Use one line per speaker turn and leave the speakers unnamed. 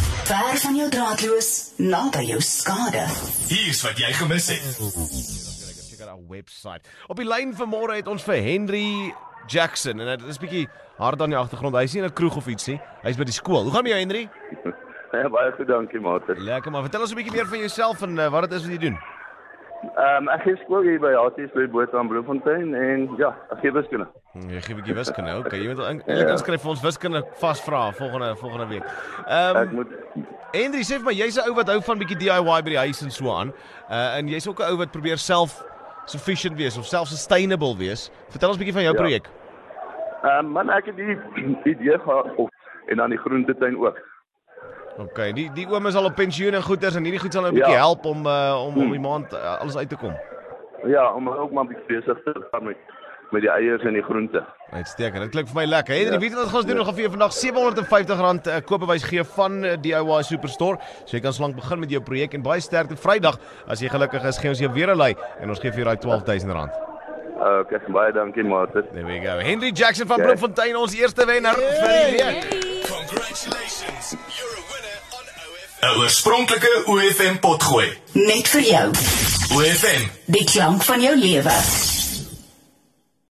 ver van jou draadloos, naby jou skade.
Hier's wat jy gemis het.
Check out our website. Op die lyn vanmôre het ons vir Henry Jackson en dit is bietjie hard aan die agtergrond. Hy's nie in 'n kroeg of iets nie. Hy's by die skool. Hoe gaan dit met jou Henry?
Ja, baie goed, dankie Mater.
Lekker maar. Vertel ons 'n bietjie meer van jouself en uh, wat dit is wat jy doen.
Ehm um, ek gee skool hier by Haties by Botha in Bloemfontein en ja, ek gee wiskunde.
Hm, Jy gee 'n bietjie wiskunde. Okay, jy moet in- eintlik inskryf vir ons wiskunde vasvra volgende volgende week.
Ek
Ehm um,
moet
Henry sê vir my jy's 'n ou wat hou van bietjie DIY by die huis en so aan. Uh en jy's ook 'n ou wat probeer self sufficient wees of self sustainable wees. Vertel ons bietjie van jou
Ja.
projek.
ehm um, man ek het die idee gehad of en dan die groentetuin ook.
OK, die die oom is al op pensioen en goeders en hierdie goed sal nou 'n bietjie
Ja. Hmm.
help om uh, om om die maand uh, alles uit te kom.
Ja, om ook maar 'n bietjie besig te gaan met met die eiers en die groente.
Uitstekend. Dit klink vir my lekker. Henry,
Ja.
weet jy wat gaan ons doen? Ons gaan vir jou vandag R750 uh, koopbewys gee van uh, DIY Superstore. So jy kan slank begin met jou projek en baie sterkte Vrydag. As jy gelukkig is, gee ons jou weer 'n lei en ons gee vir jou daai R12000.
Uh, okay, baie dankie Mater.
There we go. Henry Jackson van
Ja.
Bloemfontein, ons eerste wenner vir die week.
Congratulations. You're a winner on OFM. 'n Oorspronklike OFM potgooi.
Net vir jou,
OFM
die klank van jou lewe.